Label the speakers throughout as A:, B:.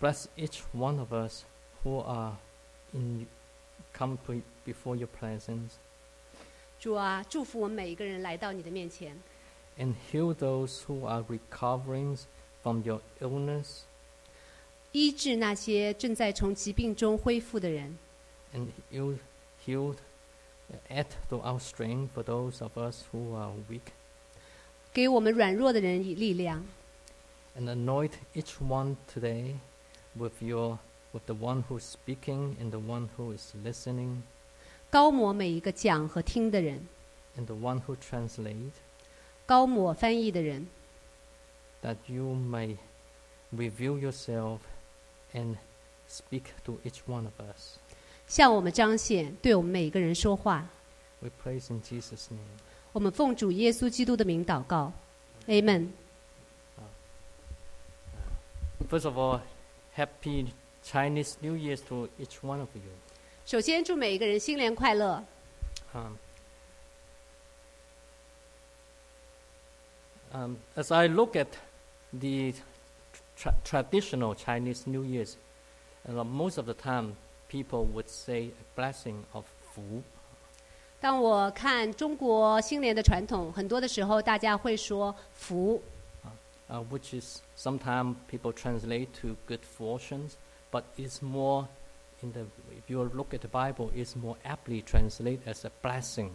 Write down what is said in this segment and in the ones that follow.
A: Bless each one of us who are incomplete before your presence,
B: 主啊，祝福我们每一个人来到你的面前，
A: and heal those who are recovering from your illness,
B: 医治那些正在从疾病中恢复的人，
A: and heal, heal, uh, add to our strength for those of us who are weak,
B: 给我们软弱的人以力量。
A: and anoint each one today with your with the one who's speaking and the one who is listening
B: 高抹每一个讲和听的人，
A: and the one who translates.
B: 高抹翻译的人，
A: that you may reveal yourself and speak to each one of us.
B: 向我们彰显，对我们每一个人说话。
A: We praise in Jesus' name.
B: 我们奉主耶稣基督的名祷告，Amen。
A: First of all, happy Chinese New Year to each one of you.
B: 首先祝每一个人新年快乐。
A: Um, um, as I look at the tra- traditional Chinese New Year's, and uh, most of the time people would say a blessing of Fu.
B: 当我看中国新年的传统，很多的时候大家会说福，
A: uh, which is sometimes people translate to good fortunes, but it's more in the if you look at the Bible, it's more aptly translated as a blessing.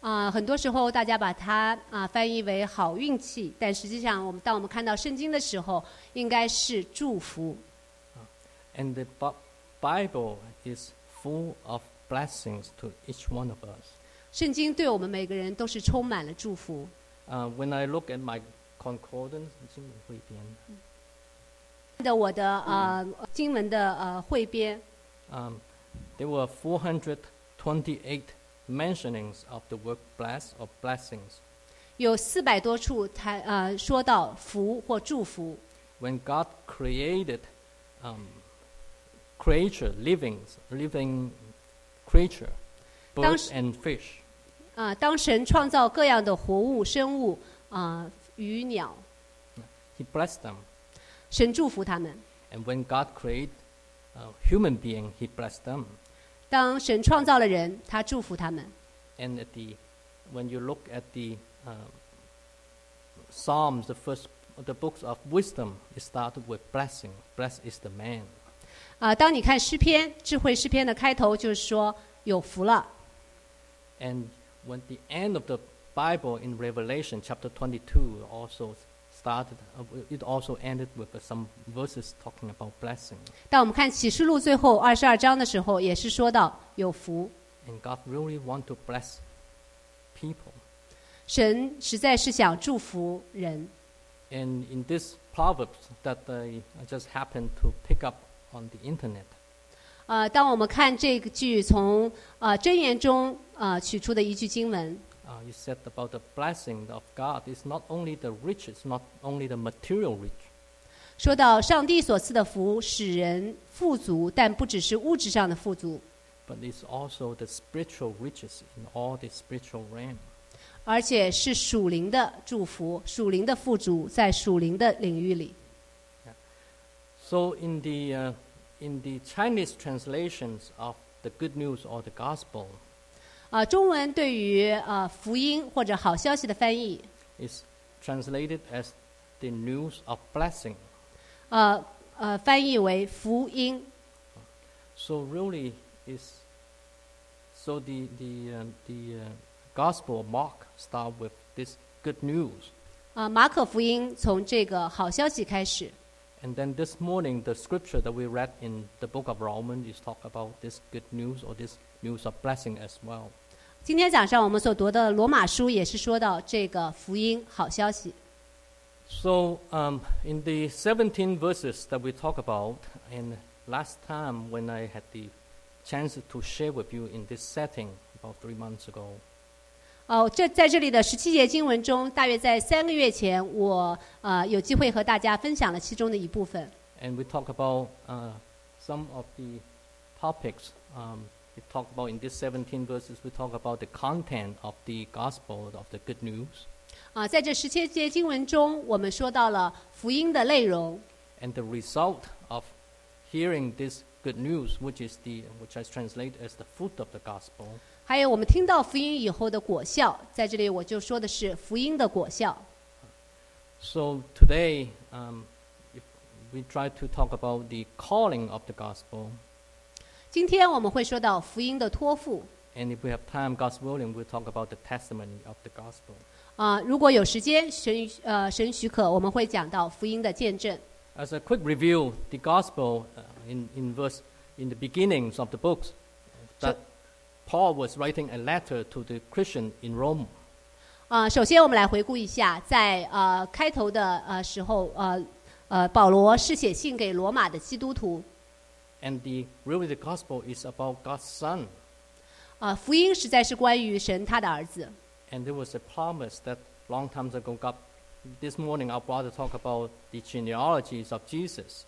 B: 啊、很多时候大家把它啊、翻译为好运气，但实际上我们当我们看到圣经的时候，应该是祝福。
A: And the Bi- Bible is full of blessings to each one of us.
B: 圣经对我们每个人都是充满了祝福。
A: Uh, when I look at my concordance, 中文汇编,
B: 的我的呃经文的呃汇编
A: um, there were 428 mentionings of the word bless or blessings.
B: 有四百多处谈呃说到福或祝福。
A: when God created um, creature, living, living creature, birds
B: 当时-
A: and fish,
B: 啊，当神创造各样的活物、生物啊、鱼鸟，
A: He blessed them.
B: 神祝福他们。
A: And when God created uh, human being, He blessed them.
B: 当神创造了人，他祝福他们。
A: And at the, when you look at the um, Psalms, the first, the books of wisdom, it started with blessing. Blessed is the man.
B: 啊、当你看诗篇，智慧诗篇的开头就是说有福了。
A: And when the end of the Bible in Revelation chapter 22 also started, uh, it also ended with uh, some verses talking about blessing.
B: 当我们看启示录最后二十二章的时候，也是说到有福。
A: And God really want to bless people.
B: 神实在是想祝福人。
A: And in this Proverbs that I I just happened to pick up on the internet,
B: 呃，当我们看这个句从呃箴言中呃取出的一句经文，
A: uh, you said about the blessing of God is not only the rich, it's not only the material rich,
B: 说到上帝所赐的福使人富足，但不只是物质上的富足，
A: but it's also the spiritual riches in all the spiritual realm.
B: 而且是属灵的祝福，属灵的富足在属灵的领域里。
A: So in the uh, in the Chinese translations of the good news or the gospel
B: 啊、中文对于呃福音或者好消息的翻译，
A: is translated as the news of blessing.
B: 呃呃翻译为福音。
A: So really is so the the uh, the uh, gospel of Mark start with this good news,
B: 啊、马可福音从这个好消息开始。
A: and then this morning the scripture that we read in the book of Romans is talk about this good news or this news of blessing as well.
B: 今天早上我们所读的罗马书也是说到这个福音好消息。
A: So, um, in the 17 verses that we talk about, and last time when I had the chance to share with you in this setting about three months ago,
B: 哦，这在这里的十七节经文中，大约在三个月前，我呃有机会和大家分享了其中的一部分。
A: and we talk about uh, some of the topics um, we talk about in this 17 verses, we talk about the content of the gospel of the good news,
B: 啊、在这十七节经文中，我们说到了福音的内容，
A: And the result of hearing this good news, which is the which I translate as the fruit of the gospel,
B: 还有我们听到福音以后的果效，在这里我就说的是福音的果效。
A: So today, um, if we try to talk about the calling of the gospel,
B: 今天我们会说到福音的托付
A: and if we have time, God's willing, we'll talk about the testimony of the gospel.
B: 啊、如果有时间，神呃神许可，我们会讲到福音的见证。
A: As a quick review, the gospel uh, in, in verse in the beginnings of the books that Paul was writing a letter to the Christian in Rome.
B: 啊、首先我们来回顾一下，在呃开头的呃时候，呃呃保罗是写信给罗马的基督徒，
A: And the really the gospel is about God's son.
B: 啊、福音实在是关于神他的儿子。
A: And there was a promise that long times ago God this morning our brother talked about the genealogies of Jesus.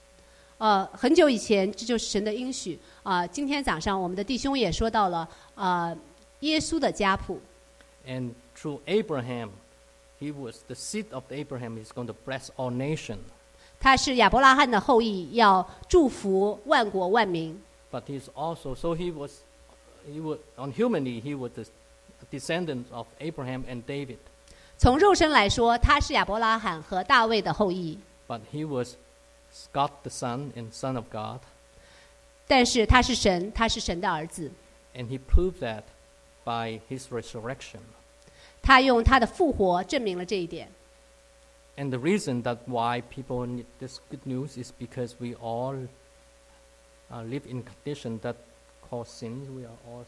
B: 呃，很久以前，这就是神的应许啊、今天早上我们的弟兄也说到了，呃，耶稣的家谱，
A: And through Abraham, he was the seed of Abraham is going to bless all nation.
B: 他是亚伯拉罕的后裔，要祝福万国万民。
A: But he's also so he was he was on humanly he was the descendant of Abraham and David.
B: 从肉身来说，他是亚伯拉罕和大卫的后裔，
A: But he was God the Son and Son of God,
B: 但是他是神，他是神的儿子。
A: and he proved that by his resurrection.
B: 他用他的复活证明了这一点。
A: And the reason that why people need this good news is because we all uh, live in condition that cause sins. We are all,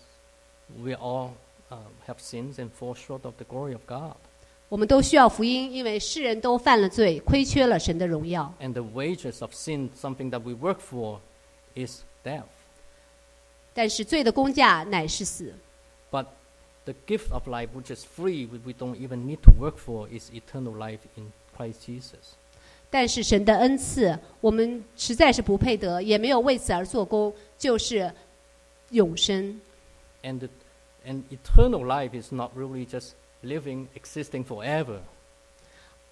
A: we all uh, have sins and fall short of the glory of God.
B: 我们都需要福音，因为世人都犯了罪，亏缺了神的荣耀。
A: And the wages of sin, something that we work for, is death.
B: 但是罪的工价乃是死，
A: But the gift of life, which is free, which we don't even need to work for, is eternal life in Christ Jesus.
B: 但是神的恩赐，我们实在是不配得，也没有为此而做工，就是永生。
A: And, the, and eternal life is not really just living, existing forever.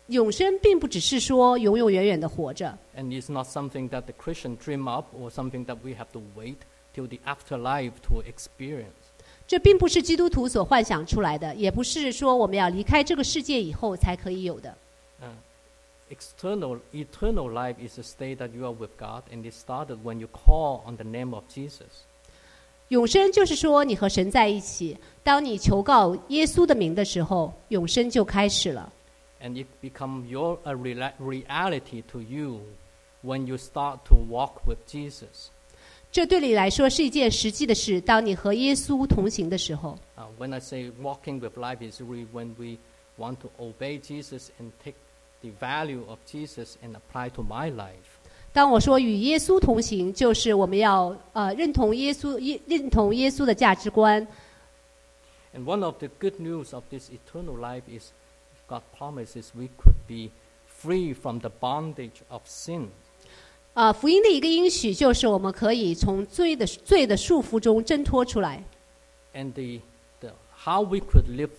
B: 永生并不只是说永永远远的活着，
A: And it's not something that the Christian dream up or something that we have to wait till the afterlife to experience.
B: 这并不是基督徒所幻想出来的，也不是说我们要离开这个世界以后才可以有的。
A: Uh, external, eternal life is a state that you are with God, and it started when you call on the name of Jesus.
B: 永生就是说你和神在一起，当你求告耶稣的名的时候，永生就开始了。
A: And it become your a rela- reality to you when you start to walk with Jesus.
B: 这对你来说是一件实际的事。当你和耶稣同行的时候，
A: Uh, when I say walking with life, is really when we want to obey Jesus and take the value of Jesus and apply to my life.
B: 当我说与耶稣同行，就是我们要呃认同耶稣耶认同耶稣的价值观。
A: And one of the good news of this eternal life is God promises we could be free from the bondage of sin.
B: 啊，福音的一个应许就是我们可以从罪的罪的束缚中挣脱出来。
A: And the, the, how we could live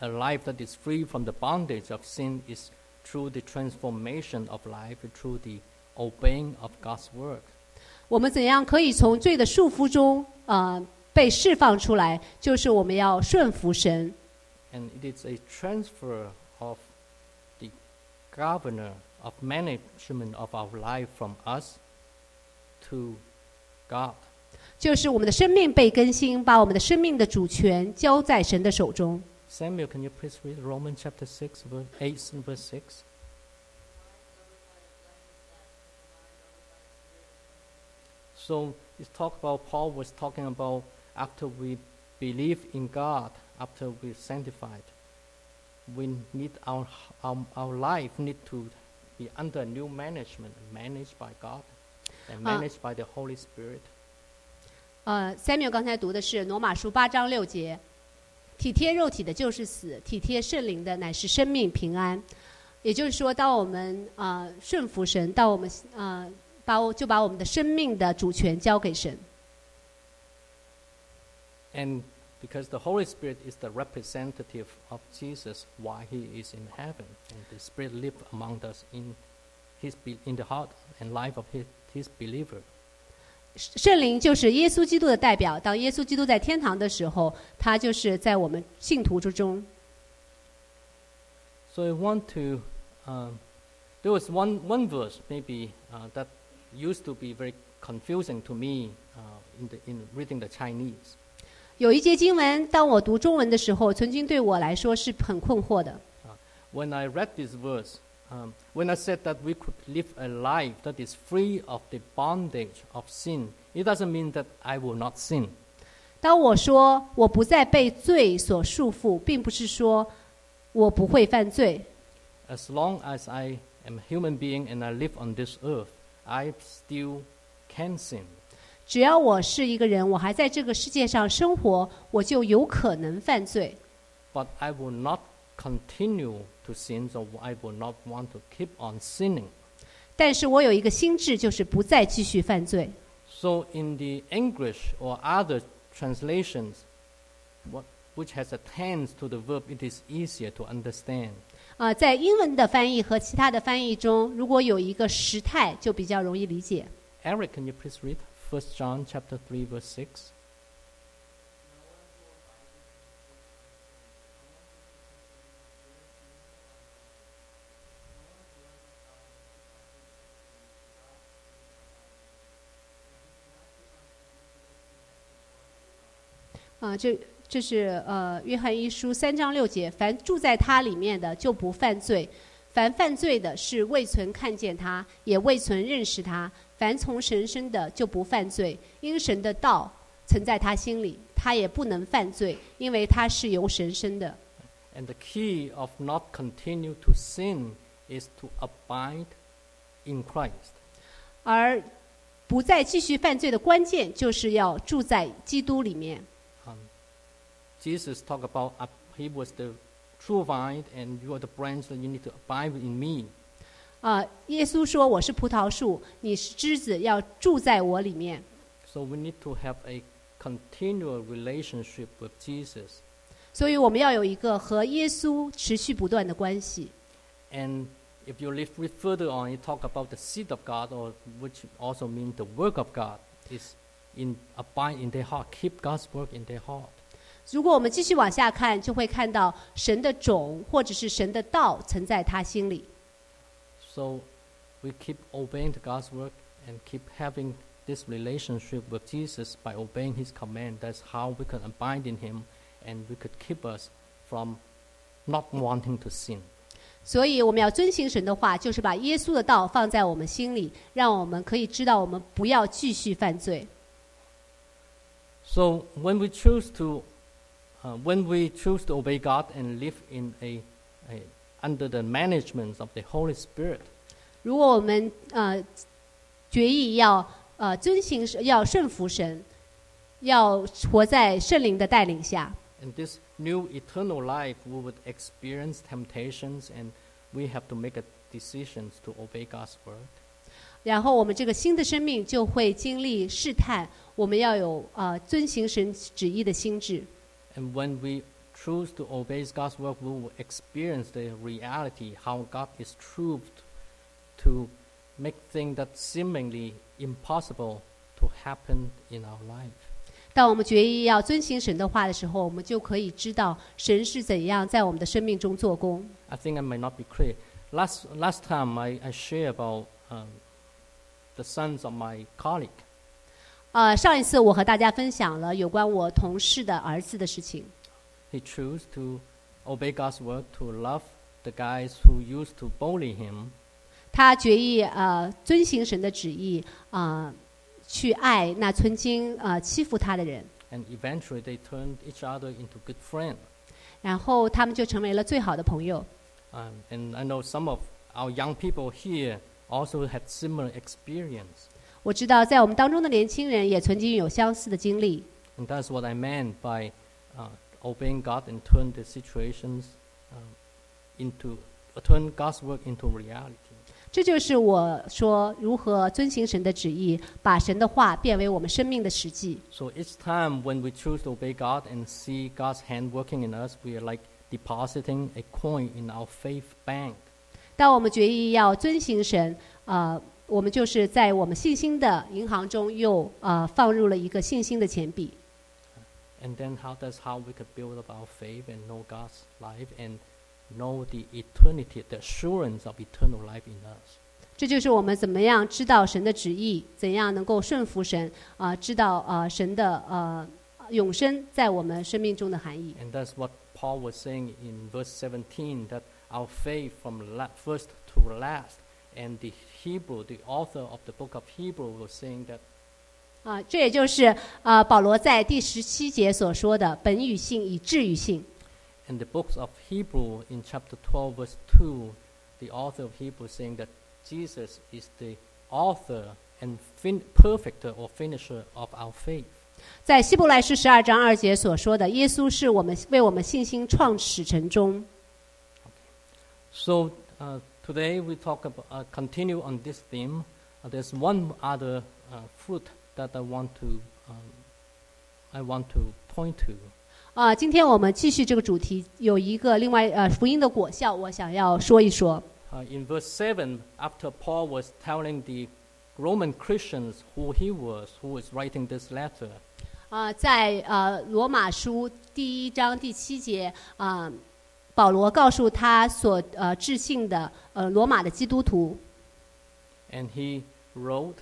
A: a life that is free from the bondage of sin is through the transformation of life, through the obeying of God's word.
B: 我们怎样可以从罪的束缚中呃被释放出来？就是我们要顺服神。
A: And it is a transfer of the governor of management of our life from us to God.
B: 就是我们的生命被更新，把我们的生命的主权交在神的手中。
A: Samuel, can you please read Romans chapter 6, verse 8 and verse 6? So it's talk about Paul was talking about after we believe in God, after we're sanctified, we need our, our, our life need to be under new management, managed by God and
B: Ah.
A: managed by the Holy Spirit.
B: 呃，Samuel 刚才读的是罗马书八章六节，体贴肉体的就是死，体贴圣灵的乃是生命平安。也就是说，当我们呃顺服神，到我们呃把我就把我们的生命的主权交给神。
A: And because the Holy Spirit is the representative of Jesus while he is in heaven, and the Spirit lives among us in his be- in the heart and life of his, his believer.
B: 圣灵就是耶稣基督的代表。当耶稣基督在天堂的时候，他就是在我们信徒之中。
A: So I want to. Um, there was one one verse maybe uh, that used to be very confusing to me uh, in the in reading the Chinese.
B: 有一节经文，当我读中文的时候，曾经对我来说是很困惑的。
A: Uh, When I read this verse, um, when I said that we could live a life that is free of the bondage of sin, it doesn't mean that I will not sin.
B: 当我说我不再被罪所束缚，并不是说我不会犯罪，
A: As long as I am a human being and I live on this earth, I still can sin.
B: 只要我是一个人，我还在这个世界上生活，我就有可能犯罪。
A: But I will not continue to sin, so I will not want to keep on sinning.
B: 但是我有一个心智，就是不再继续犯罪。
A: So in the English or other translations, what, which has a tense to the verb, it is easier to understand.
B: 啊、在英文的翻译和其他的翻译中，如果有一个时态，就比较容易理解。
A: Eric, can you please read 1 John chapter 3 verse 6?
B: 啊、这这是呃《约翰一书》三章六节，凡住在他里面的就不犯罪，凡犯罪的是未曾看见他，也未曾认识他；凡从神生的就不犯罪，因神的道曾在他心里，他也不能犯罪，因为他是由神生的。
A: And the key of not continue to sin is to abide in Christ.
B: 而不再继续犯罪的关键，就是要住在基督里面。
A: Um, Jesus talked about uh, he was the true vine and you are the branch that you need to abide in me.
B: 啊，耶稣说：“我是葡萄树，你是枝子，要住在我里面。”
A: So we need to have a continual relationship with Jesus.
B: 所以我们要有一个和耶稣持续不断的关系。
A: And if you live with further on, you talk about the seed of God, or which also means the work of God is in abide in their heart, keep God's work in their heart.
B: 如果我们继续往下看，就会看到神的种或者是神的道曾在他心里。
A: So we keep obeying God's work and keep having this relationship with Jesus by obeying His command. That's how we can abide in Him, and we could keep us from not wanting to sin.
B: 所以我们要遵行神的话，就是把耶稣的道放在我们心里，让我们可以知道我们不要继续犯罪。
A: So when we choose to, uh, when we choose to obey God and live in a, a under the management of the Holy Spirit,
B: 如果我们呃决意要呃遵行神要顺服神，要活在圣灵的带领下，
A: in this new eternal life, we would experience temptations, and we have to make a decisions to obey God's word.
B: 然后我们这个新的生命就会经历试探，我们要有呃遵行神旨意的心智。
A: And when we choose to obey God's word, we will experience the reality how God is true to make things that seemingly impossible to happen in our life.
B: 当我们决意要遵行神的话的时候，我们就可以知道神是怎样在我们的生命中做工。
A: I think I may not be clear. Last last time I, I shared about um, the sons of my colleague.
B: 呃，上一次我和大家分享了有关我同事的儿子的事情。
A: He chose to obey God's word to love the guys who used to bully him,
B: 他决意呃遵行神的旨意啊、呃去爱那曾经呃欺负他的人，
A: and eventually they turned each other into good friends.
B: 然后他们就成为了最好的朋友。
A: Um, and I know some of our young people here also had similar experience,
B: 我知道在我们当中的年轻人也曾经有相似的经历，
A: and that's what I meant by uh, obeying God and turn the situations um, into turn God's work into reality.
B: 这就是我说如何遵行神的旨意，把神的话变为我们生命的实际。
A: So each time when we choose to obey God and see God's hand working in us, we are like depositing a coin in our faith bank.
B: 当我们决意要遵行神，呃，我们就是在我们信心的银行中又呃放入了一个信心的钱币。
A: And then how that's how we could build up our faith and know God's life and know the eternity, the assurance of eternal life in us.
B: 这就是我们怎么样知道神的旨意，怎样能够顺服神啊、知道呃神的呃永生在我们生命中的含义。
A: And that's what Paul was saying in verse 17 that our faith from la- first to last. And the Hebrew, the author of the book of Hebrew, was saying that
B: 啊、这也就是呃保罗在第十七节所说的“本与性以至于性
A: in the books of Hebrew, in chapter 12, verse 2, the author of Hebrew saying that Jesus is the author and fin- perfecter or finisher of our faith. ”。
B: 在希伯来书十二章二节所说的，耶稣是我们为我们信心创始成终。
A: So uh, today we talk about uh, continue on this theme. Uh, there's one other uh, fruit that I want to um, I want to point to,
B: 啊、今天我们继续这个主题，有一个另外呃福音的果效，我想要说一说。
A: Uh, in verse 7, after Paul was telling the Roman Christians who he was, who was writing this letter,
B: 啊、在呃罗马书第一章第七节啊、保罗告诉他所呃致信的呃罗马的基督徒
A: and he wrote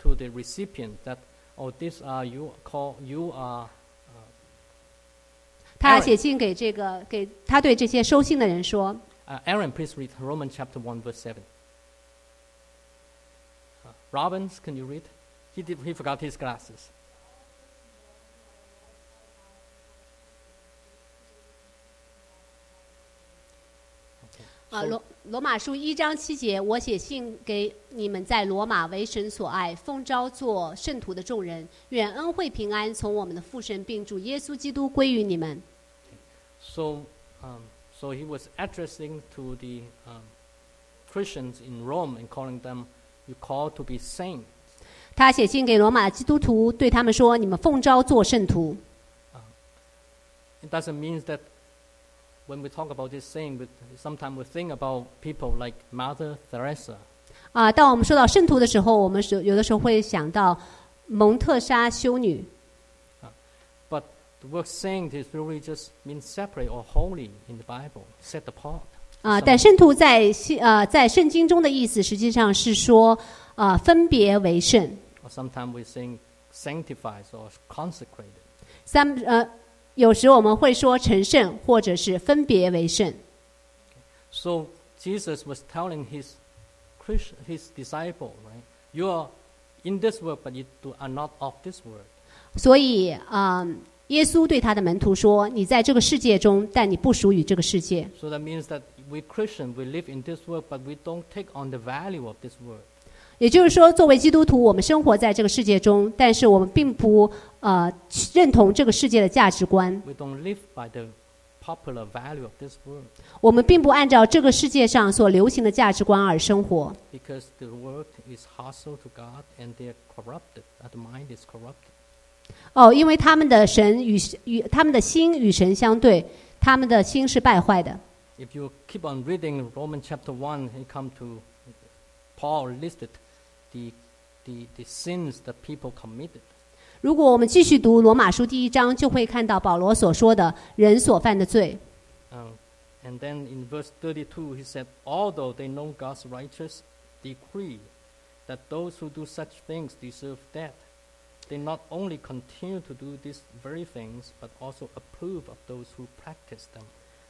A: to the recipient that, oh, these are you, call, you are
B: 他
A: Aaron
B: 写信给这个给他对这些收信的人说
A: Uh, Aaron, please read Romans chapter 1, verse 7. Uh, Robbins, can you read? He, did, he forgot his glasses. Okay.
B: 啊、
A: So-
B: 罗罗马书一章七节，我写信给你们在罗马为神所爱、奉召做圣徒的众人，愿恩惠平安从我们的父神并主耶稣基督归于你们。
A: So, um, so he was addressing to the um, Christians in Rome and calling them, you call to be saints.
B: 他写信给罗马基督徒，对他们说：“你们奉召做圣徒。”
A: It doesn't mean that when we talk about this saint, we, sometimes we think about people like Mother Teresa.
B: 啊，当我们说到圣徒的时候，我们是有的时候会想到蒙特莎修女
A: But the word saint is really just means separate or holy in the Bible, set apart.
B: 啊，
A: Some-
B: 但圣徒在西呃在圣经中的意思实际上是说啊分别为圣。
A: or sometimes we sing sanctified or consecrated.
B: 三呃，有时我们会说成圣或者是分别为圣。
A: So Jesus was telling his Christ, his disciple, right? You are in this world, but you do, are not of this world.
B: 所以啊、耶稣对他的门徒说：“你在这个世界中，但你不属于这个世界。
A: So that means that we Christians we live in this world, but we don't take on the value of this world. ”
B: 也就是说，作为基督徒，我们生活在这个世界中，但是我们并不呃认同这个世界的价值观。
A: We don't live by the popular value of this world
B: 我们并不按照这个世界上所流行的价值观而生活，
A: because the world is hostile to God and they are corrupted. Our mind is corrupted.
B: 哦，因为他们的神与与他们的心与神相对，他们的心是败坏的。
A: If you keep on reading Romans chapter 1, he come to Paul listed the, the, the sins that people committed.
B: 如果我们继续读罗马书第一章，就会看到保罗所说的人所犯的罪。
A: Um, and then in verse 32, he said, Although they know God's righteous decree that those who do such things deserve death, they not only continue to do these very things, but also approve of those who practice them.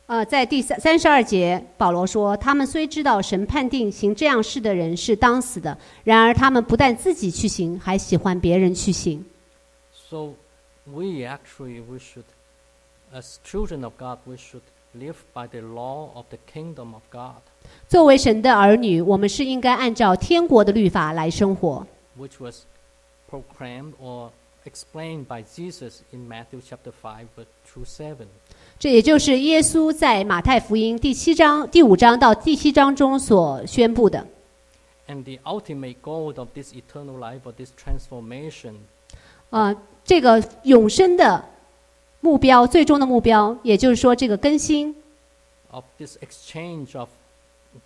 B: 呃，在第三三十二节，保罗说：“他们虽知道神判定行这样事的人是当死的，然而他们不但自己去行，还喜欢别人去行。
A: So we actually, we should, as children of God, we should live by the law of the kingdom of God, ”
B: 作为神的儿女，我们是应该按照天国的律法来生活。
A: which was proclaimed or explained by Jesus in Matthew chapter 5, verse through 7.
B: 这也就是耶稣在马太福音第七章、第五章到第七章中所宣布的。
A: And the ultimate goal of this eternal life or this transformation
B: 呃，这个永生的目标，最终的目标，也就是说这个更新，
A: of this exchange of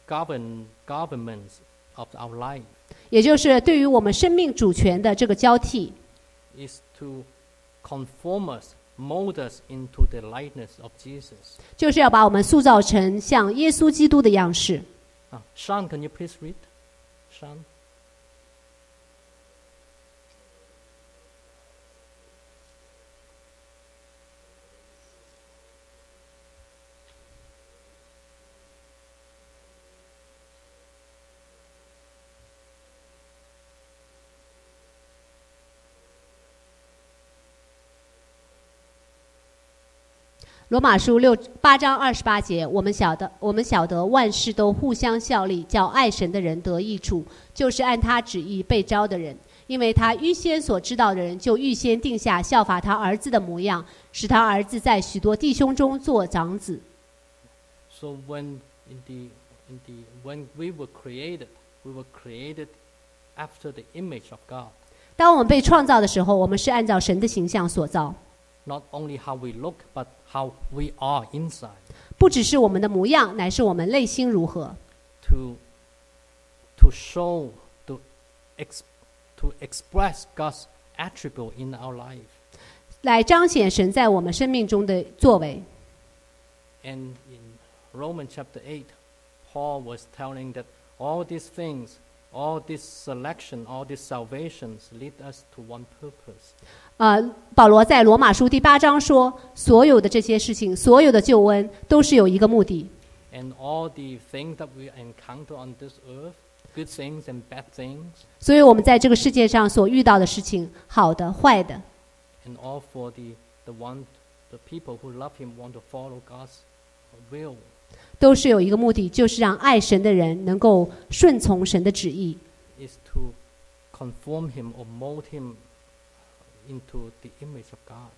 A: govern, governments of our life
B: 也就是对于我们生命主权的这个交替，
A: is to conform us, mold us into the likeness of Jesus.
B: 就是要把我们塑造成像耶稣基督的样式。
A: Uh, Sean, can you please read? Sean?
B: 《罗马书》六八章二十八节，我们晓得，我们晓得万事都互相效力，叫爱神的人得益处，就是按他旨意被招的人。因为他预先所知道的人，就预先定下效法他儿子的模样，使他儿子在许多弟兄中做长子。
A: So when in the, in the, when we were created, we were created after the image of God.
B: 当我们被创造的时候，我们是按照神的形象所造，
A: Not only how we look, but how we are inside.
B: 不只是我们的模样，乃是我们内心如何。
A: to to show to ex, to express God's attribute in our life.
B: 来彰显神在我们生命中的作为。
A: And in Romans chapter eight, Paul was telling that all these things, all this selection, all these salvations lead us to one purpose.
B: 呃，保罗在罗马书第八章说，所有的这些事情，所有的救恩，都是有一个目的。
A: And all the things that we encounter on this earth, good things and bad things,
B: 所以我们在这个世界上所遇到的事情，好的、坏的，
A: and all for the, the one the people who love him want to follow God's will.
B: 都是有一个目的，就是让爱神的人能够顺从神的旨意，
A: is to conform him or mold him into the image of God.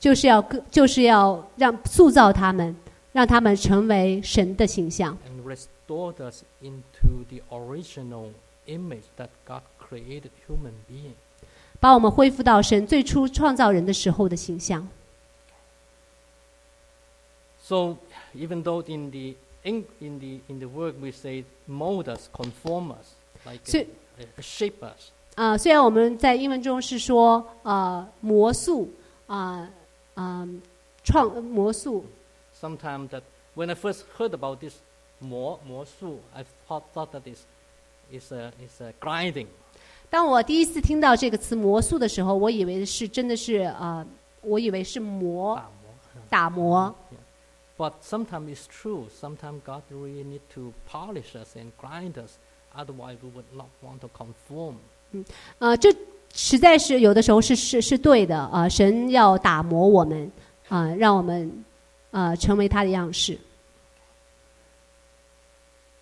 B: 就是要更就是要让塑造他们，让他们成为神的形象，
A: and restored us into the original image that God created human being.
B: 把我们恢复到神最初创造人的时候的形象。
A: So even though in the in, in the in the word we say mold us, conform us, like
B: So-
A: uh, uh, shape us.
B: 啊、虽然我们在英文中是说呃魔术啊啊、创呃魔术，
A: Sometimes that when I first heard about this mo mo su, I thought, thought that is is a is a grinding.
B: 当我第一次听到这个词魔术的时候，我以为是真的是呃，我以为是魔
A: Ah, mo-
B: 打磨。
A: Yeah. But sometimes it's true. Sometimes God really need to polish us and grind us. Otherwise, we would not want to conform.
B: 呃，这实在是有的时候是是是对的啊、呃神要打磨我们啊、呃让我们呃成为他的样式。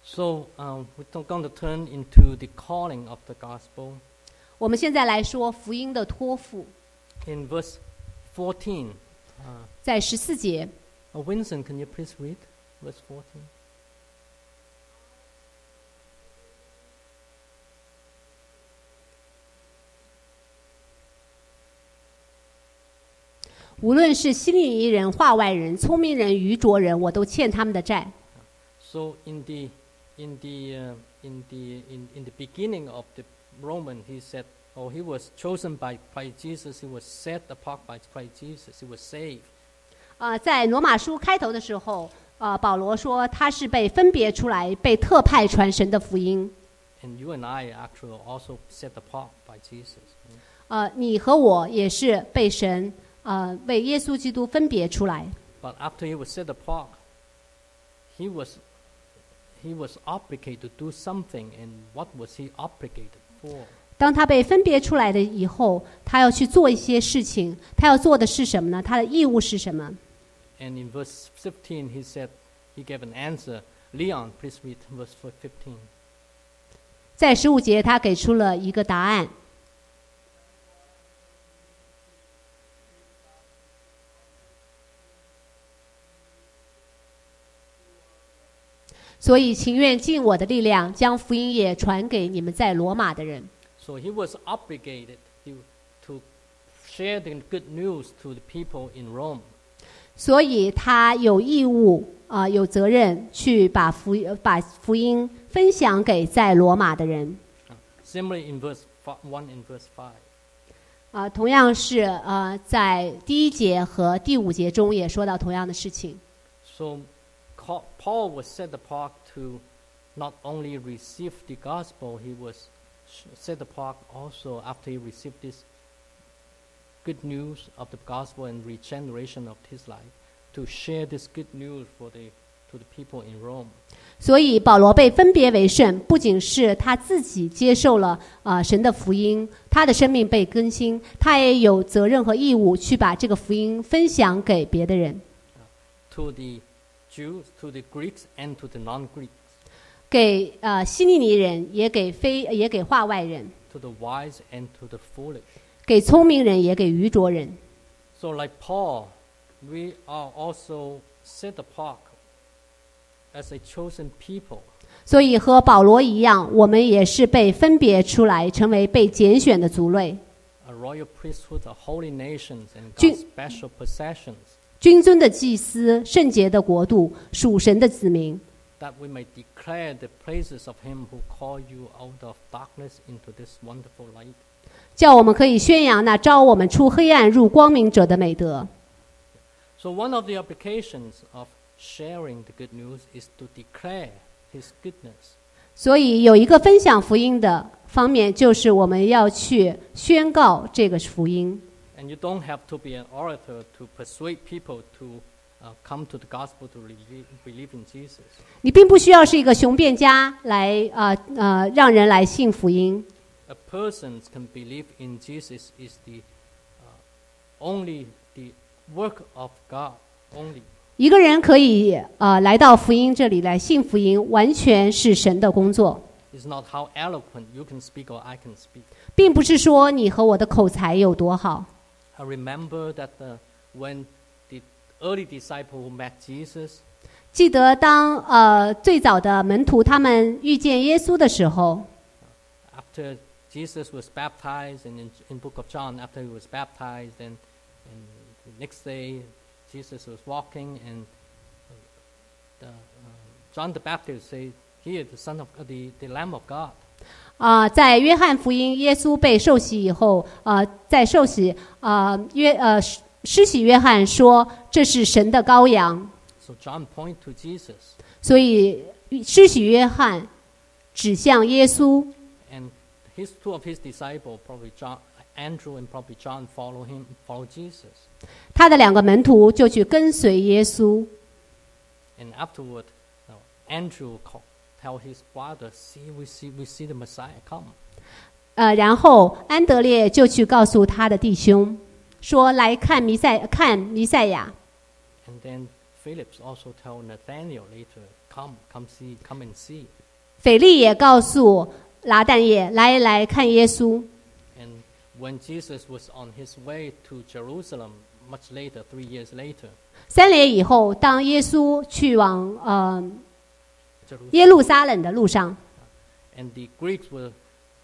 A: So um, we're going to turn into the calling of the gospel.
B: 我们现在来说福音的托付，
A: In verse 14, uh,
B: 在十四节，
A: uh, Winston, can you please read verse 14?
B: 无论是希利尼人、化外人、聪明人、愚拙人，我都欠他们的债。
A: So in the in the uh, in the in, in the beginning of the Roman, he said, "Oh, he was chosen by by Jesus. He was set apart by by Jesus. He was saved."
B: 呃，在罗马书开头的时候，呃，保罗说他是被分别出来、被特派传神的福音。
A: And you and I are actually also set apart by Jesus.
B: 呃，你和我也是被神呃为耶稣基督分别出来。
A: But after he was set apart, he was he was obligated to do something. And what was he obligated for?
B: 当他被分别出来的以后，他要去做一些事情。他要做的是什么呢？他的义务是什么？
A: And in verse 15, he said he gave an answer. Leon, please read verse 15.
B: 在十五节，他给出了一个答案。所以，情愿尽我的力量，将福音也传给你们在罗马的人。
A: So he was obligated to, to share the good news to the people in Rome.
B: 所以他有义务啊、呃有责任去把福把福音分享给在罗马的人。
A: Similarly, in verse fi- 1 and verse 5.
B: 啊、同样是呃，在第一节和第五节中也说到同样的事情。
A: So ca- Paul was set apart to not only receive the gospel, he was sh- set apart also after he received this good news of the gospel and regeneration of his life to share this good news for the, to the people in Rome.
B: 所以保罗被分别为圣，不仅是他自己接受了呃神的福音，他的生命被更新，他也有责任和义务去把这个福音分享给别的人，
A: to the Jews, to the Greeks, and to the non-Greeks,
B: 给呃希利尼人，也给非也给化外人，
A: to the wise and to the foolish.
B: 给聪明人，也给愚拙人。
A: So, like Paul, we are also set apart as a chosen people
B: 所以和保罗一样，我们也是被分别出来，成为被拣选的族类，
A: a royal priesthood, a holy nations, and
B: Ju-
A: God's special possessions,
B: 君尊的祭司，圣洁的国度，属神的子民。
A: that we may declare the praises of Him who called you out of darkness into this wonderful light.
B: 叫我们可以宣扬那招我们出黑暗入光明者的美德。
A: So, one of the applications of sharing the good news is to declare His goodness.
B: 所以有一个分享福音的方面，就是我们要去宣告这个福音。
A: And you don't have to be an orator to persuade people to uh, come to the gospel to relieve, believe in Jesus.
B: 你并不需要是一个雄辩家来呃呃让人来信福音。
A: A person can believe in Jesus is the uh, only the work of God only.
B: 一个人可以呃来到福音这里来信福音，完全是神的工作，
A: It's not how eloquent you can speak or I can speak.
B: 并不是说你和我的口才有多好。
A: I remember that uh, when the early disciple who met Jesus,
B: 记得当呃最早的门徒他们遇见耶稣的时候，
A: after Jesus was baptized, and in, in Book of John, after he was baptized, and, and the next day Jesus was walking, and uh, the, uh, John the Baptist said, "Here, the Son of uh, the, the Lamb of God."
B: 啊、在约翰福音，耶稣被受洗以后，呃，在受洗，呃，约呃施施洗约翰说这是神的羔羊，
A: So John pointed to Jesus,
B: 所以施洗约翰指向耶稣，
A: and his two of his disciples, probably John, Andrew, and probably John, follow him, follow Jesus,
B: 他的两个门徒就去跟随耶稣。
A: and afterward, uh, Andrew called, tell his brother, "See, we see, we see the Messiah come."
B: 呃，然后安德烈就去告诉他的弟兄，说来看弥赛看弥赛亚。
A: And then Phillips also told Nathaniel later, "Come, come see, come and see."
B: 腓力也告诉拿但业来来看耶稣。
A: And when Jesus was on his way to Jerusalem, much later, three years later,
B: 三年以后，当耶稣去往呃
A: Jerusalem,
B: 耶路撒冷的路上，
A: and the Greeks will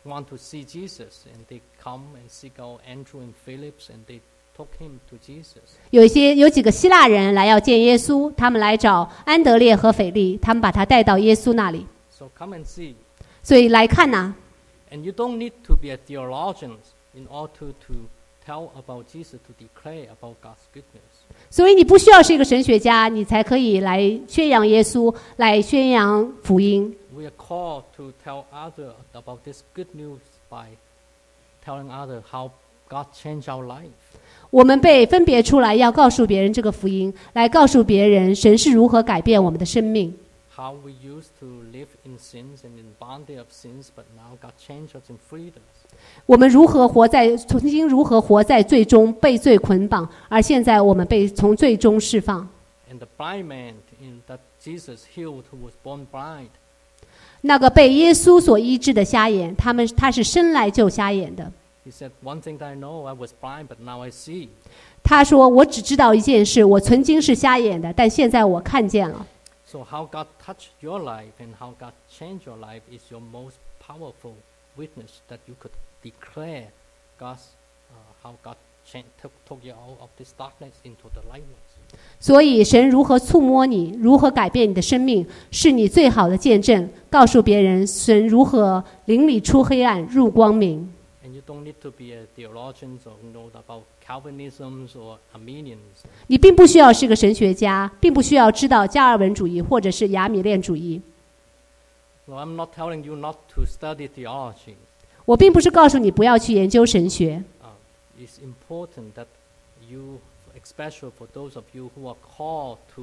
A: want to see Jesus, and they come and seek out Andrew and Phillips, and they took him to Jesus.
B: 有一些有几个希腊人来要见耶稣，他们来找安德烈和腓力，他们把他带到耶稣那里。
A: So come and see.
B: 所以来看呐、
A: And you don't need to be a theologian in order to tell about Jesus, to declare about God's goodness.
B: 所以你不需要是一个神学家，你才可以来宣扬耶稣，来宣扬福音。
A: We are called to tell others about this good news by telling others how God changed our life.
B: 我们被分别出来，要告诉别人这个福音，来告诉别人神是如何改变我们的生命。
A: How we used to live in sins and in bondage of sins, but now God changed us and freed us.
B: 我们如何活在曾经如何活在最终被罪捆绑，而现在我们被从最终释放。
A: And the blind man in that Jesus healed who was born blind,
B: 那个被耶稣所医治的瞎眼，他们他是生来就瞎眼的。
A: he said, One thing that I know, I was blind, but now I see.
B: 他说：“我只知道一件事，我曾经是瞎眼的，但现在我看见了。
A: So, how God touched your life and how God changed your life is your most powerful witness that you could declare God's, uh, how God cha- took, took you out of this darkness into the lightness.
B: 所以，神如何触摸你，如何改变你的生命，是你最好的见证，告诉别人神如何领你出黑暗入光明。
A: And you don't need to be a theologian or know about Calvinism or Arminians.
B: 你并不需要是个神学家，并不需要知道加尔文主义或者是雅米链主义。
A: So I'm not telling you not to study theology.
B: 我并不是告诉你不要去研究神学，
A: Uh, it's important that you, especially for those of you who are called to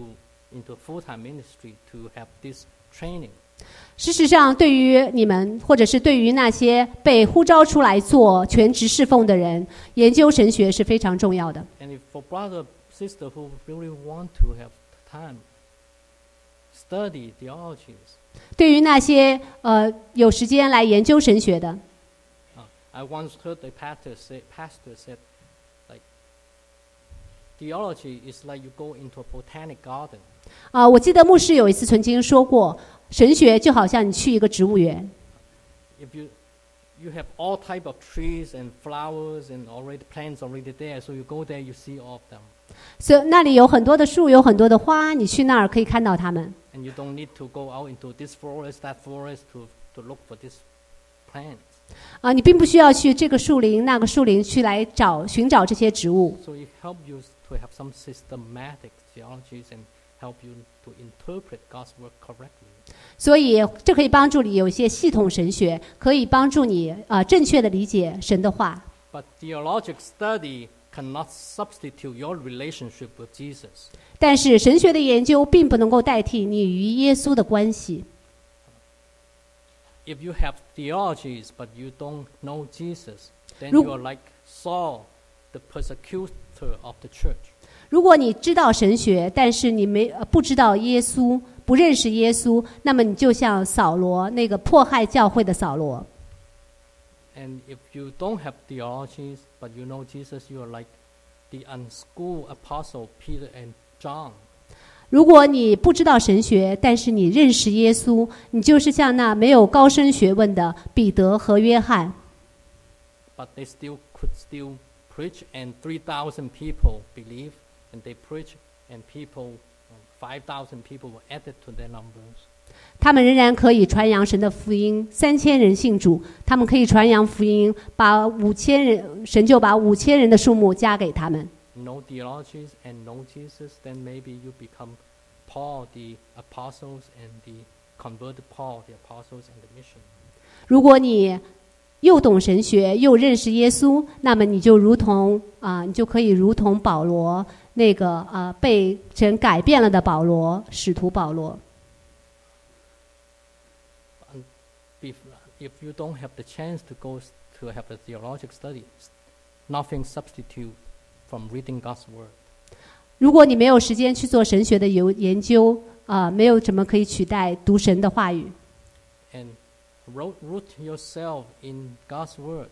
A: into full-time ministry, to have this training.
B: 事实上，对于你们，或者是对于那些被呼召出来做全职侍奉的人，研究神学是非常重要的。
A: And if for brother, sister who really want to have time, study theologies.
B: 对于那些呃有时间来研究神学的，
A: Uh, I once heard a pastor say, pastor said, like, theology is like you go into a botanic garden.
B: 啊、我记得牧师有一次曾经说过，神学就好像你去一个植物园，
A: If you you have all type of trees and flowers and already plants already there, so you go there, you see all of them,
B: 所以那里有很多的树，有很多的花，你去那儿可以看到它们。
A: and you don't need to go out into this forest, that forest to to look for this plant.
B: 啊、你并不需要去这个树林、那个树林去来找寻找这些植物，
A: So it helps you to have some systematic theologies and help you to interpret God's word correctly.
B: 所以这可以帮助你有一些系统神学，可以帮助你啊、呃正确的理解神的话。
A: But theological study cannot substitute your relationship with Jesus.
B: 但是神学的研究并不能够代替你与耶稣的关系。
A: If you have theologies but you don't know Jesus, then
B: 如-
A: you are like Saul, the persecutor of the church.
B: 如果你知道神学，但是你没、呃不知道耶稣，不认识耶稣，那么你就像扫罗那个迫害教会的扫罗。
A: And if you don't have theologies but you know Jesus, you are like the unschooled apostle Peter and John.
B: 如果你不知道神学，但是你认识耶稣，你就是像那没有高深学问的彼得和约翰。
A: but they still could still preach and 3,000 people believe and they preach and people, uh, 5,000 people were added to their numbers.
B: 他们仍然可以传扬神的福音，三千人信主，他们可以传扬福音，把五千人，神就把五千人的数目加给他们。
A: No theologies and no Jesus, then maybe you become Paul the apostles and the converted Paul the apostles and the mission.
B: 如果你又懂神学，又认识耶稣，那么你就如同啊、你就可以如同保罗那个啊、被神改变了的保罗，使徒保罗。
A: And if, if you don't have the chance to go s- to have a theological study, s- nothing substitute from reading God's word.
B: 如果你没有时间去做神学的研研究啊、没有什么可以取代读神的话语。
A: and ro- root yourself in God's Word.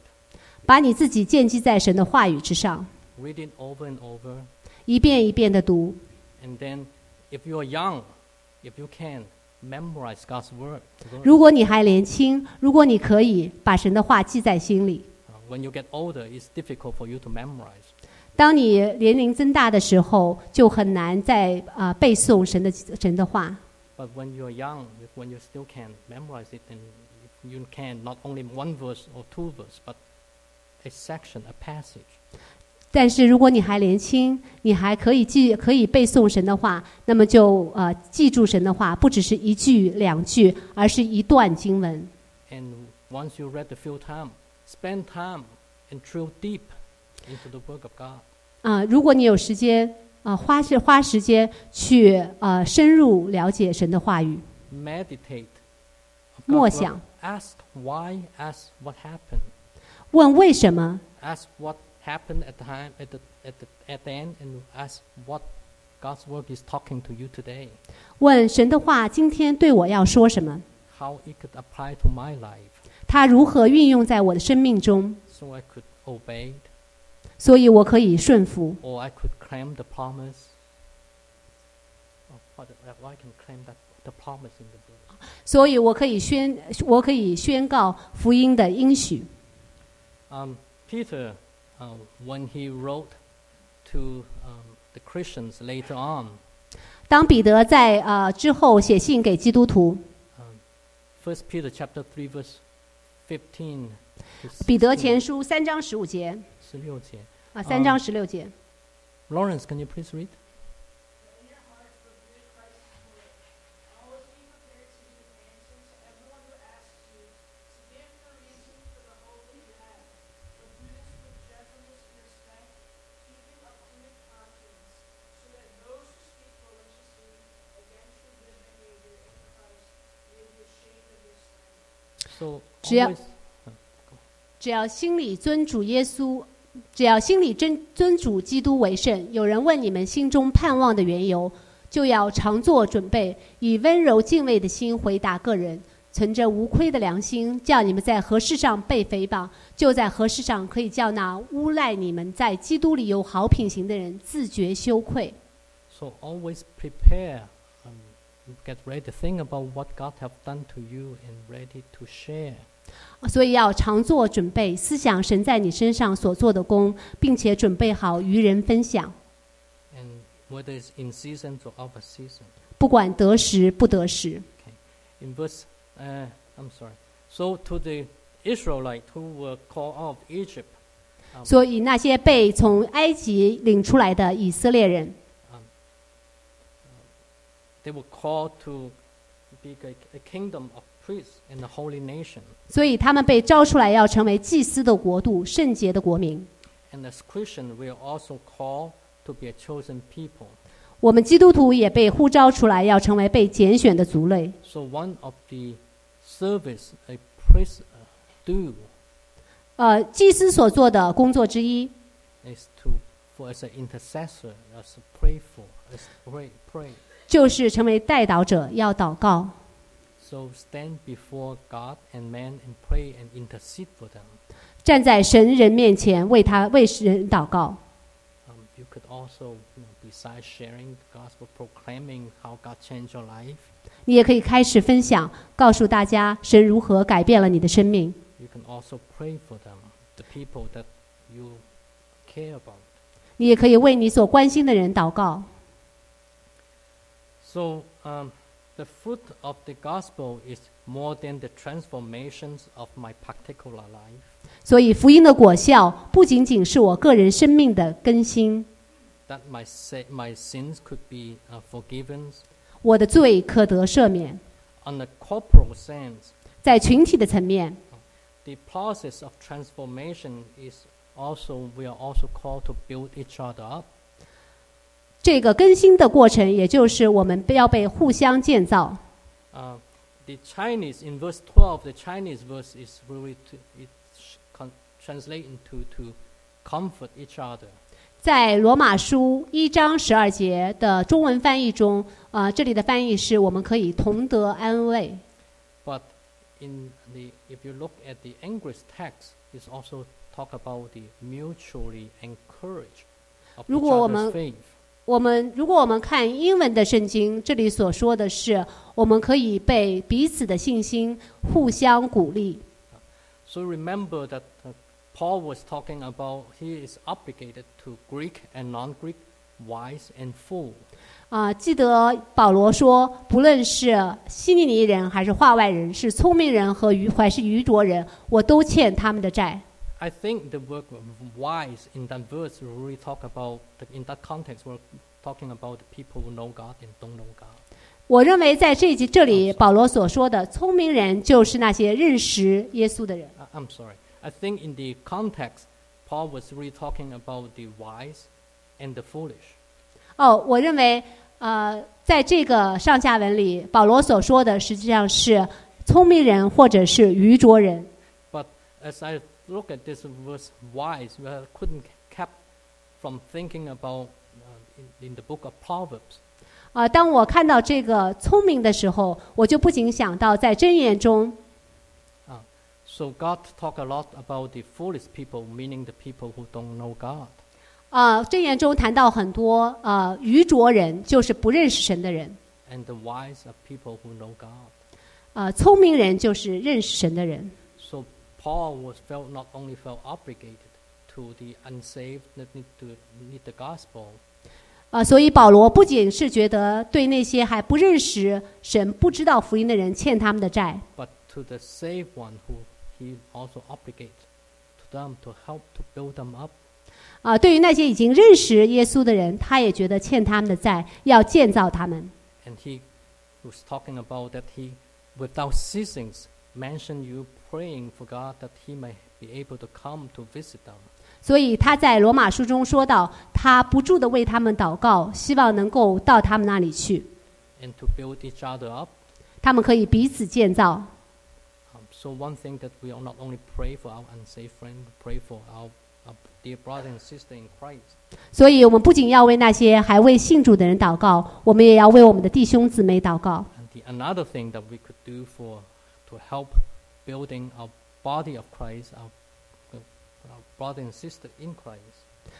B: 把你自己建基在神的话语之上，
A: Read it over and over.
B: 一遍一遍的读，
A: And then, if you are young, if you can, memorize God's Word.
B: 如果你还年轻，如果你可以把神的话记在心里，
A: Uh, When you get older, it's difficult for you to memorize.
B: 当你年龄增大的时候，就很难再啊、呃背诵神的神的话。
A: But when you are young, if- when you still can, memorize it. And if you can, not only one verse or two verse, but a section, a passage.
B: 但是如果你还年轻，你还可以记可以背诵神的话，那么就呃记住神的话，不只是一句两句，而是一段经文。
A: And once you read a few times, spend time and drill deep into the work of God.
B: 啊、如果你有时间啊、花是花时间去呃深入了解神的话语。
A: meditate. of God's
B: 默想。
A: word. Ask why. Ask what happened.
B: 问为什么？
A: Ask what happened at the time at the at the at the end, and ask what God's word is talking to you today.
B: 问神的话今天对我要说什么？
A: How it could apply to my life,
B: 它如何运用在我的生命中？
A: so I could obey, it,
B: 所以我可以顺服，
A: or I could claim the promise. Oh, what, the- I can claim that the promise in the book.
B: 所以我可以宣，我可以宣告福音的应许。
A: Um, Peter, uh, when he wrote to um, the Christians later on.
B: 当彼得在呃之后写信给基督徒，
A: Um, 1 Peter chapter 3 verse 15to
B: 彼得
A: 16
B: 前书三章十五节
A: 16节。
B: 啊，三章十六节。
A: Lawrence, can you please read?
C: Always be prepared to give answers to everyone who asks you, to give the reason for the hope that you have, but do this with gentleness and respect, keeping a clear conscience, so that those who speak maliciously against your good behavior in Christ may be ashamed of your sin.
A: So
B: 只要
A: always,
B: 只要心里尊主耶稣，只要心里真尊主基督为圣，有人问你们心中盼望的缘由，就要常做准备，以温柔敬畏的心回答个人，存着无亏的良心，叫你们在何事上被诽谤，就在何事上可以叫那诬赖你们在基督里有好品行的人自觉羞愧。
A: so always prepare. Um, get ready to think about what God have done to you and ready to share.
B: 所以要常做准备，思想神在你身上所做的功，并且准备好与人分享，
A: And whether it's in season or out of season.
B: 不管得时不得时。
A: Okay. In verse, uh, I'm sorry. So to the Israelite who were called out of Egypt, um,
B: 所以那些被从埃及领出来的以色列人，
A: they were called to be a, a kingdom of priests and a holy nation.
B: 所以他们被招出来要成为祭司的国度、圣洁的国民。
A: And as Christians, we are also called to be a chosen people.
B: 我们基督徒也被呼召出来要成为被拣选的族类。
A: So one of the service a priest uh, do
B: 呃，祭司所做的工作之一，
A: is to, for as an intercessor, as a pray for, as pray, pray.
B: 就是成为代祷者，要祷告，
A: So stand before God and man and pray and intercede for them.
B: 站在神人面前为他为人祷告。
A: Um, you could also, you know, besides sharing the gospel, proclaiming how God changed your life,
B: 你也可以开始分享，告诉大家神如何改变了你的生命。
A: you can also pray for them, the people that you care about.
B: 你也可以为你所关心的人祷告。
A: So um, the fruit of the gospel is more than the transformations of my particular life.
B: 所以，福音的果效不仅仅是我个人生命的更新，
A: That my sa- my sins could be uh, forgiven
B: 我的罪可得赦免。
A: on a corporal sense.
B: 在群体的层面，
A: The process of transformation is also we are also called to build each other up.
B: 这个更新的过程，也就是我们要被互相建造。
A: Uh, the Chinese in verse 12, the Chinese verse is really to, it sh- con- translate into to comfort each other.
B: 在罗马书一章十二节的中文翻译中，呃，这里的翻译是我们可以同得安慰。
A: But in the if you look at the English text, it's also talk about the mutually encourage of each
B: 如果我们-
A: other's faith.
B: 我们如果我们看英文的圣经，这里所说的是我们可以被彼此的信心互相鼓励。
A: So remember that uh, Paul was talking about he is obligated to Greek and non-Greek, wise and fool.
B: 啊，记得保罗说，不论是希利尼人还是化外人，是聪明人和愚还是愚拙人，我都欠他们的债。
A: I think the word wise in that verse really talk about the, in that context we're talking about the people who know God and don't know God.
B: 我认为在这一集这里，保罗所说的聪明人，就是那些认识耶稣的人。
A: I, Uh, I'm sorry. I think in the context Paul was really talking about the wise and the foolish.
B: 哦，我认为，呃，在这个上下文里，保罗所说的实际上是聪明人或者是愚拙人。
A: But as I look at this verse wise, well, I couldn't kept from thinking about uh, in, in the book of Proverbs.
B: 啊、当我看到这个聪明的时候，我就不禁想到在箴言中
A: So God talk a lot about the foolish people, meaning the people who don't know God.
B: 啊，箴言中谈到很多呃愚拙人，就是不认识神的人；
A: And the wise are people who know God.
B: 呃，聪明人就是认识神的人。
A: So Paul was felt not only felt obligated to the unsaved that need to need the gospel.
B: 啊，所以保罗不仅是觉得对那些还不认识神、不知道福音的人欠他们的债，
A: but to the saved one who he also obligates to them to help to build them up
B: 啊，对于那些已经认识耶稣的人，他也觉得欠他们的债，要建造他们。
A: and he was talking about that he without ceasing mentioned you praying for god that he may be able to come to visit them
B: 所以他在罗马书中说到，他不住的为他们祷告，希望能够到他们那里去，
A: and to build each other up
B: 他们可以彼此建造。
A: um, so one thing that we all not only pray for our unsaved friend we pray for our, our dear brother and sister in christ
B: 所以我们不仅要为那些还未信主的人祷告，我们也要为我们的弟兄姊妹祷告。
A: and the another thing that we could do for to help building our body of christ our, our brother and sister in christ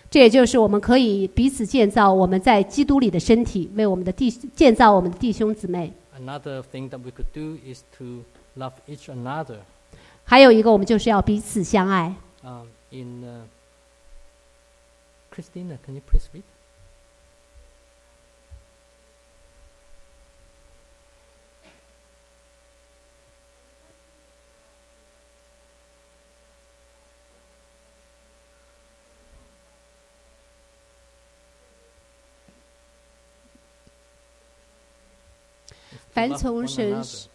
B: 这也就是我们可以彼此建造我们在基督里的身体，为我们的弟建造我们的弟兄姊妹。
A: Another thing that we could do is to love each another.
B: 还有一个，我们就是要彼此相爱。
A: Um, in uh, Christina, can you please read? It's to
B: 凡
A: love
B: 从
A: one
B: 神
A: another.
B: 是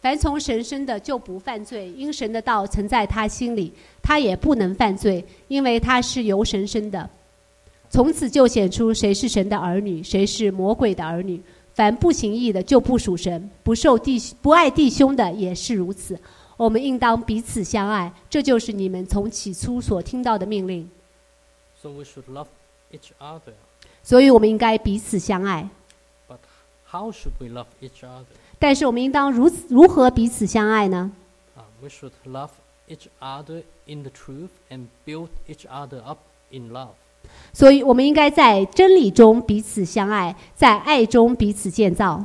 B: 凡从神生的就不犯罪，因神的道曾在他心里，他也不能犯罪，因为他是由神生的。从此就显出谁是神的儿女，谁是魔鬼的儿女。凡不行义的就不属神，不受弟不爱弟兄的也是如此。我们应当彼此相爱，这就是你们从起初所听到的命令。
A: So we should love each other.
B: 所以，我们应该彼此相爱。
A: But how should we love each other?
B: 但是，我们应当如此如何彼此相爱呢？
A: Uh, we should love each other in the truth and build each other up in love.
B: 所以我们应该在真理中彼此相爱，在爱中彼此建造。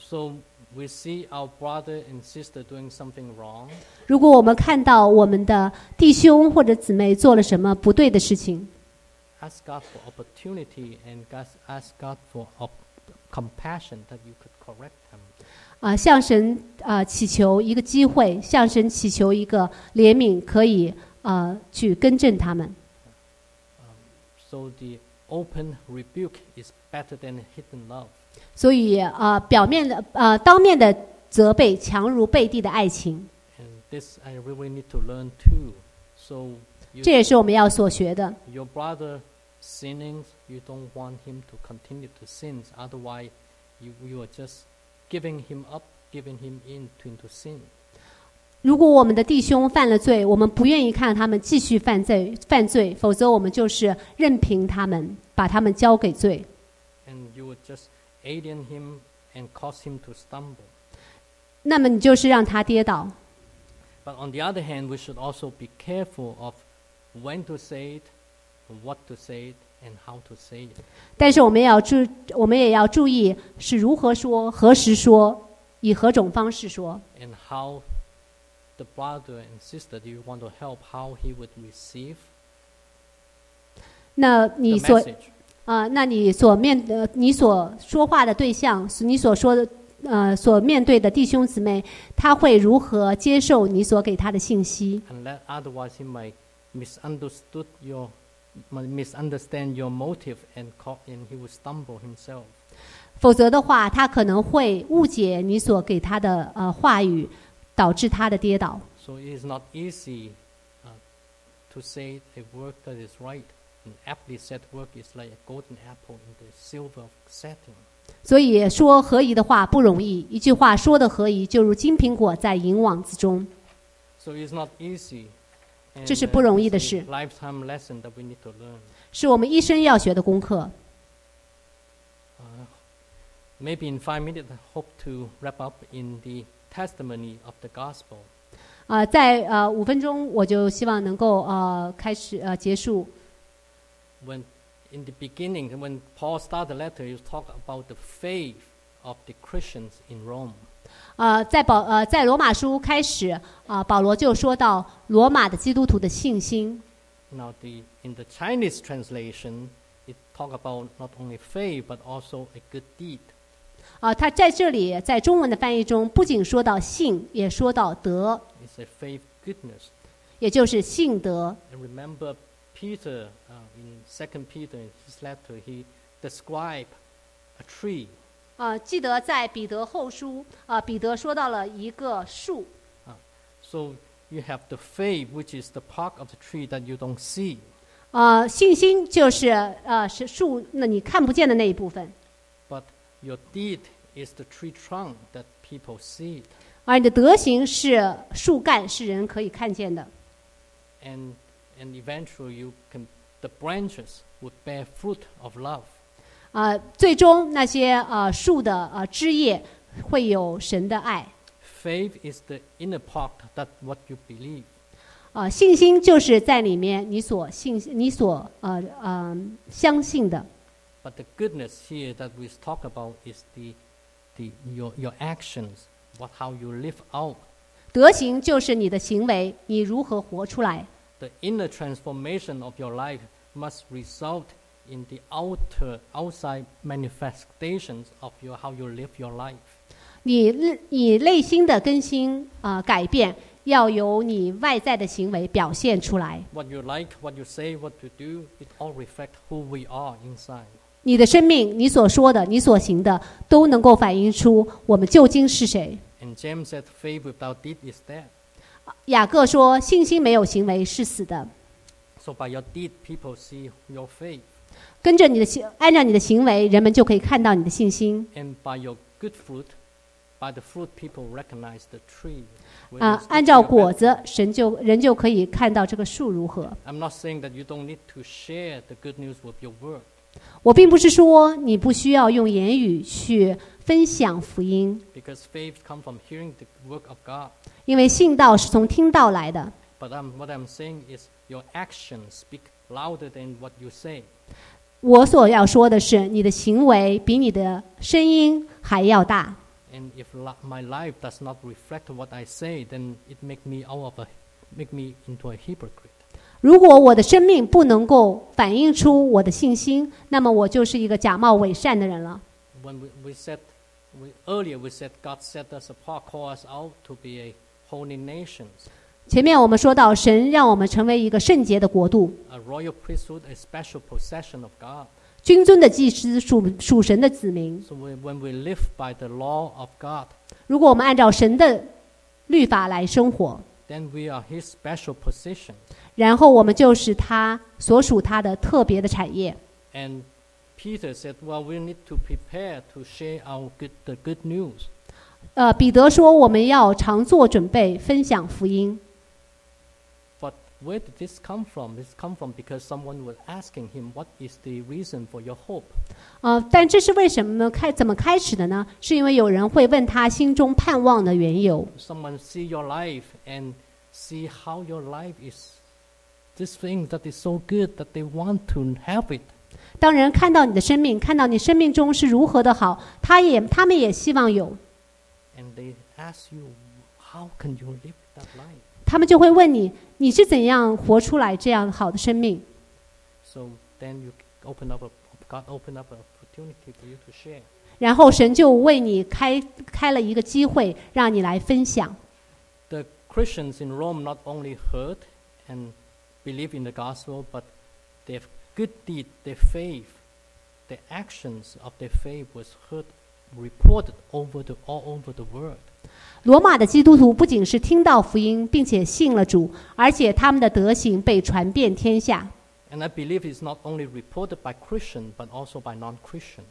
A: So we see our brother and sister doing something wrong,
B: 如果我们看到我们的弟兄或者姊妹做了什么不对的事情，
A: ask God for opportunity and gas- ask God for op- compassion that you could correct them.
B: 啊、向神啊、祈求一个机会，向神祈求一个怜悯，可以呃去更正他们。
A: So the open rebuke is better than hidden love.
B: 所以呃，表面的呃当面的责备强如背地的爱情，
A: And this I really need to learn too. So
B: 这
A: you,
B: 也是我们要所学的。
A: your brother sinning, you don't want him to continue to sin. Otherwise, you, you are just giving him up, giving him in to, into sin.
B: 如果我们的弟兄犯了罪，我们不愿意看他们继续犯罪，犯罪，否则我们就是任凭他们，把他们交给罪，
A: And you would just alien him and cause him to stumble.
B: 那么你就是让他跌倒。
A: But on the other hand, we should also be careful of when to say it, what to say it, and how to say it.
B: 但是我们也要注，我们也要注意是如何说，何时说，以何种方式说，
A: And how the brother and sister that you want to help, how he would receive
B: 那
A: the
B: 你所
A: message.
B: 啊、那你所面呃，你所说话的对象，你所说的呃，所面对的弟兄姊妹，他会如何接受你所给他的信息？
A: and let otherwise he might misunderstood your might misunderstand your motive and co- and he will stumble himself.
B: 否则的话，他可能会误解你所给他的呃话语，导致他的跌倒。
A: So it is not easy uh, to say a work that is right. An aptly said work is like a golden apple in the silver setting.
B: 所以说合宜的话不容易，一句话说的合宜，就如金苹果在银网子中。
A: So it's not easy. And,
B: 这是不容易的
A: it's a
B: 事。
A: lifetime lesson that we need to learn.
B: 是我们一生要学的功课。
A: Uh, maybe in five minutes, I hope to wrap up in the testimony of the gospel.
B: 啊，在呃五分钟，我就希望能够呃开始呃结束。
A: when in the beginning, when Paul started the letter, he talked about the faith of the Christians in Rome.
B: 呃，在保呃在罗马书开始啊、呃保罗就说到罗马的基督徒的信心。
A: Now, the, in the Chinese translation, it talk about not only faith but also a good deed.
B: 啊，他在这里在中文的翻译中，不仅说到信，也说到德，
A: It's a faith goodness.
B: 也就是信德。
A: And remember, Peter uh, in Second Peter, in his letter, he described a tree.
B: 呃，记得在彼得后书，啊，彼得说到了一个树，
A: So you have the faith, which is the part of the tree that you don't see.
B: 呃，信心就是呃是树，那你看不见的那一部分，
A: But your deed is the tree trunk that people see. It.
B: 而你的德行是树干，是人可以看见的。
A: And, and eventually you can, the branches would bear fruit of love.
B: 啊，最终那些呃树的呃枝叶会有神的爱。
A: Faith is the inner part that what you believe.
B: 啊，信心就是在里面你所信、你所呃呃相信的。
A: But the goodness here that we talk about is the, the, your, your actions, what, how you live out.
B: 德行就是你的行为，你如何活出来。
A: The inner transformation of your life must result in the outer, outside manifestations of your, how you live your life.
B: 你内你内心的更新啊、呃改变，要由你外在的行为表现出来。
A: What you like, what you say, what you do, it all reflects who we are inside.
B: 你的生命，你所说的，你所行的，都能够反映出我们究竟是谁。
A: And James said, faith without deed is dead.
B: 雅各说：“信心没有行为是死的。
A: So by your deed, people see your faith. ”
B: 跟着你的行，按照你的行为，人们就可以看到你的信心。
A: And by your good fruit, by the fruit, people recognize the tree. whether
B: 啊
A: it's，good
B: 按照
A: tree or
B: 果
A: bad
B: 子，神就人就可以看到这个树如何。
A: I'm not saying that you don't need to share the good news with your work,
B: 我并不是说你不需要用言语去分享福音，
A: because faith comes from hearing the work of God.
B: 因为信道是从听到来的。
A: But I'm, what I'm saying is your actions speak louder than what you say.
B: 我所要说的是，你的行为比你的声音还要大。
A: And if li- my life does not reflect what I say, then it make me out of a, make me into a hypocrite.
B: 如果我的生命不能够反映出我的信心，那么我就是一个假冒伪善的人了。
A: When we, we said we, earlier, we said God set us apart, called us out to be a holy nation,
B: 前面我们说到，神让我们成为一个圣洁的国度，
A: a royal priesthood, a special possession of God.
B: 君尊的祭司属属神的子民。
A: So we, when we live by the law of God,
B: 如果我们按照神的律法来生活，
A: then we are His special position.
B: 然后我们就是他所属他的特别的产业。
A: And Peter said, "Well, we need to prepare to share our good, the good news."
B: 呃，彼得说我们要常做准备，分享福音。
A: But where did this come from? This come from because someone was asking him, "What is the reason for your hope?"
B: 呃，但这是为什么呢？开怎么开始的呢？是因为有人会问他心中盼望的缘由。
A: Someone see your life and see how your life is this thing that is so good that they want to have it.
B: 当人看到你的生命，看到你生命中是如何的好，他也他们也希望有，
A: And they ask you, "How can you live that life?"
B: 他们就会问你，你是怎样活出来这样好的生命？
A: So then you open up a God open up an opportunity for you to share.
B: 然后神就为你开开了一个机会，让你来分享。
A: The Christians in Rome not only heard and believe in the gospel, but their good deed, their faith, the actions of their faith was heard, reported over the all over the world.
B: 罗马的基督徒不仅是听到福音，并且信了主，而且他们的德行被传遍天下。
A: And I believe it's not only reported by Christian, but also by non-Christian.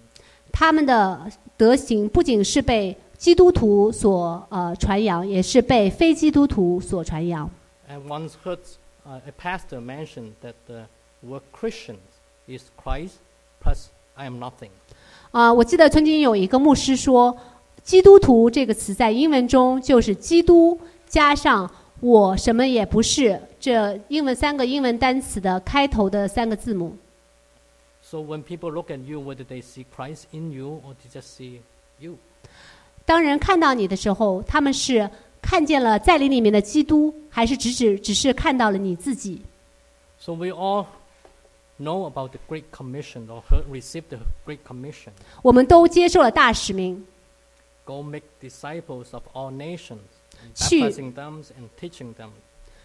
B: 他们的德行不仅是被基督徒所呃传扬，也是被非基督徒所传扬。
A: I once heard uh, a pastor mention that the word Christian is Christ plus I am nothing.
B: 啊、我记得曾经有一个牧师说，“基督徒”这个词在英文中就是基督加上我什么也不是这英文三个英文单词的开头的三个字母。
A: So when people look at you, whether they see Christ in you or they just see you.
B: 当人看到你的时候，他们是看见了在你里面的基督，还是只只只是看到了你自己？
A: So we all know about the Great Commission or heard, received the Great Commission.
B: 我们都接受了大使命，
A: Go make disciples of all nations,
B: 去-
A: baptizing them and teaching them.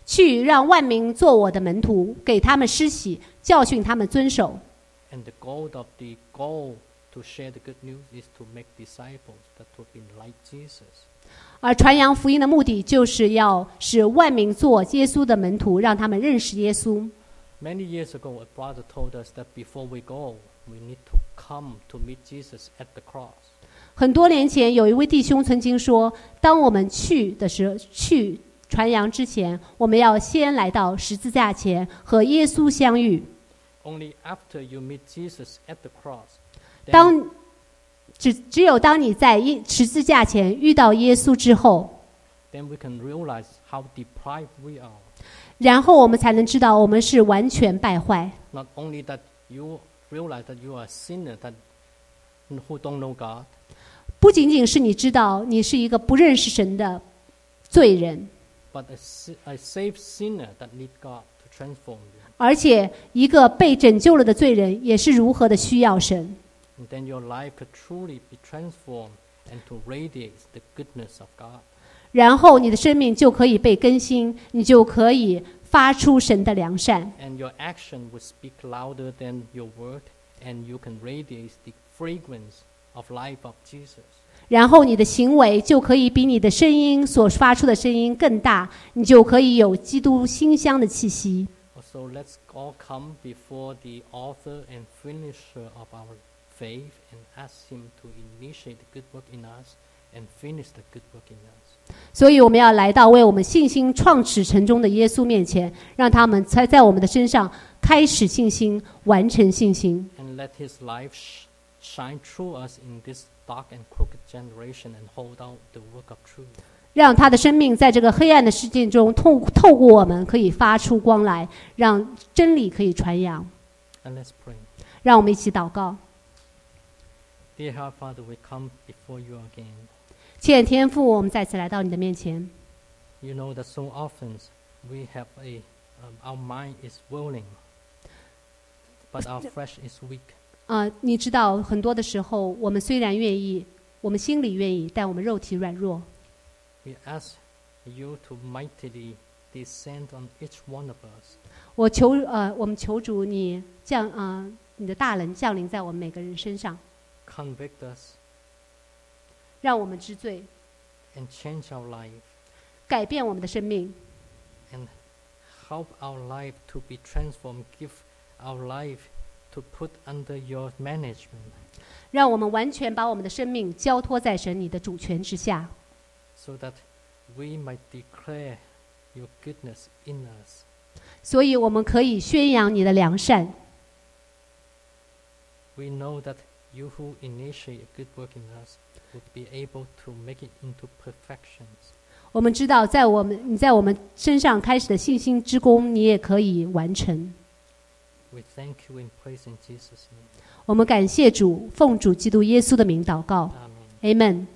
B: 去让万民做我的门徒，给他们施洗，教训他们遵守。
A: And the goal of the goal to share the good news is to make disciples that will be like Jesus.
B: 而传扬福音的目的，就是要使万民做耶稣的门徒，让他们认识耶稣。
A: Many years ago, a brother told us that before we go, we need to come to meet Jesus at the cross.
B: 很多年前，有一位弟兄曾经说：“当我们去的时候，去传扬之前，我们要先来到十字架前和耶稣相遇。
A: Only after you meet Jesus at the cross, then
B: 当只只有当你在耶十字架前遇到耶稣之后，
A: then we can realize how deprived we are.
B: 然后我们才能知道我们是完全败坏。
A: Not only that you realize that you are a sinner that who don't know God,
B: 不仅仅是你知道你是一个不认识神的罪人，
A: but a, si- a saved sinner that need God to transform you.
B: 而且一个被拯救了的罪人也是如何的需要神。
A: And then your life could truly be transformed and to radiate the goodness of God.
B: 然后你的生命就可以被更新，你就可以发出神的良善，
A: And your action will speak louder than your word, and you can radiate the fragrance of life of Jesus.
B: 然后你的行为就可以比你的声音所发出的声音更大，你就可以有基督馨香的气息。
A: So let's all come before the author and finisher of our faith and ask him to initiate the good work in us and finish the good work in us.
B: 所以我们要来到为我们信心创始成终的耶稣面前，让他们才在我们的身上开始信心，完成信心，
A: And let his life sh- shine through us in this dark and crooked generation and hold out the work of truth.
B: 让他的生命在这个黑暗的世界中透透过我们可以发出光来，让真理可以传扬。
A: And let's pray.
B: 让我们一起祷告。
A: Dear Heavenly Father, we come before you again.
B: 亲爱的天父，我们再次来到你的面前。
A: You know that so often we have a, um, our mind is willing, but our flesh is weak.
B: 啊、你知道，很多的时候，我们虽然愿意，我们心里愿意，但我们肉体软弱。
A: We ask you to mightily descend on each one of us
B: 我求呃，我们求主你降啊、你的大能降临在我们每个人身上，
A: convict us,
B: 让我们知罪，
A: and change our life,
B: 改变我们的生命，
A: and help our life to be transformed. Give our life to put under your management
B: 让我们完全把我们的生命交托在神你的主权之下，
A: so that we might declare your goodness in us.
B: 所以我们可以宣扬你的良善。
A: We know that you who initiate a good work in us would be able to make it into perfections.
B: 我们知道，在我们你在我们身上开始的信心之功，你也可以完成。
A: We thank you and praise in Jesus' name.
B: 我们感谢主，奉主基督耶稣的名祷告
A: Amen.
B: ，Amen。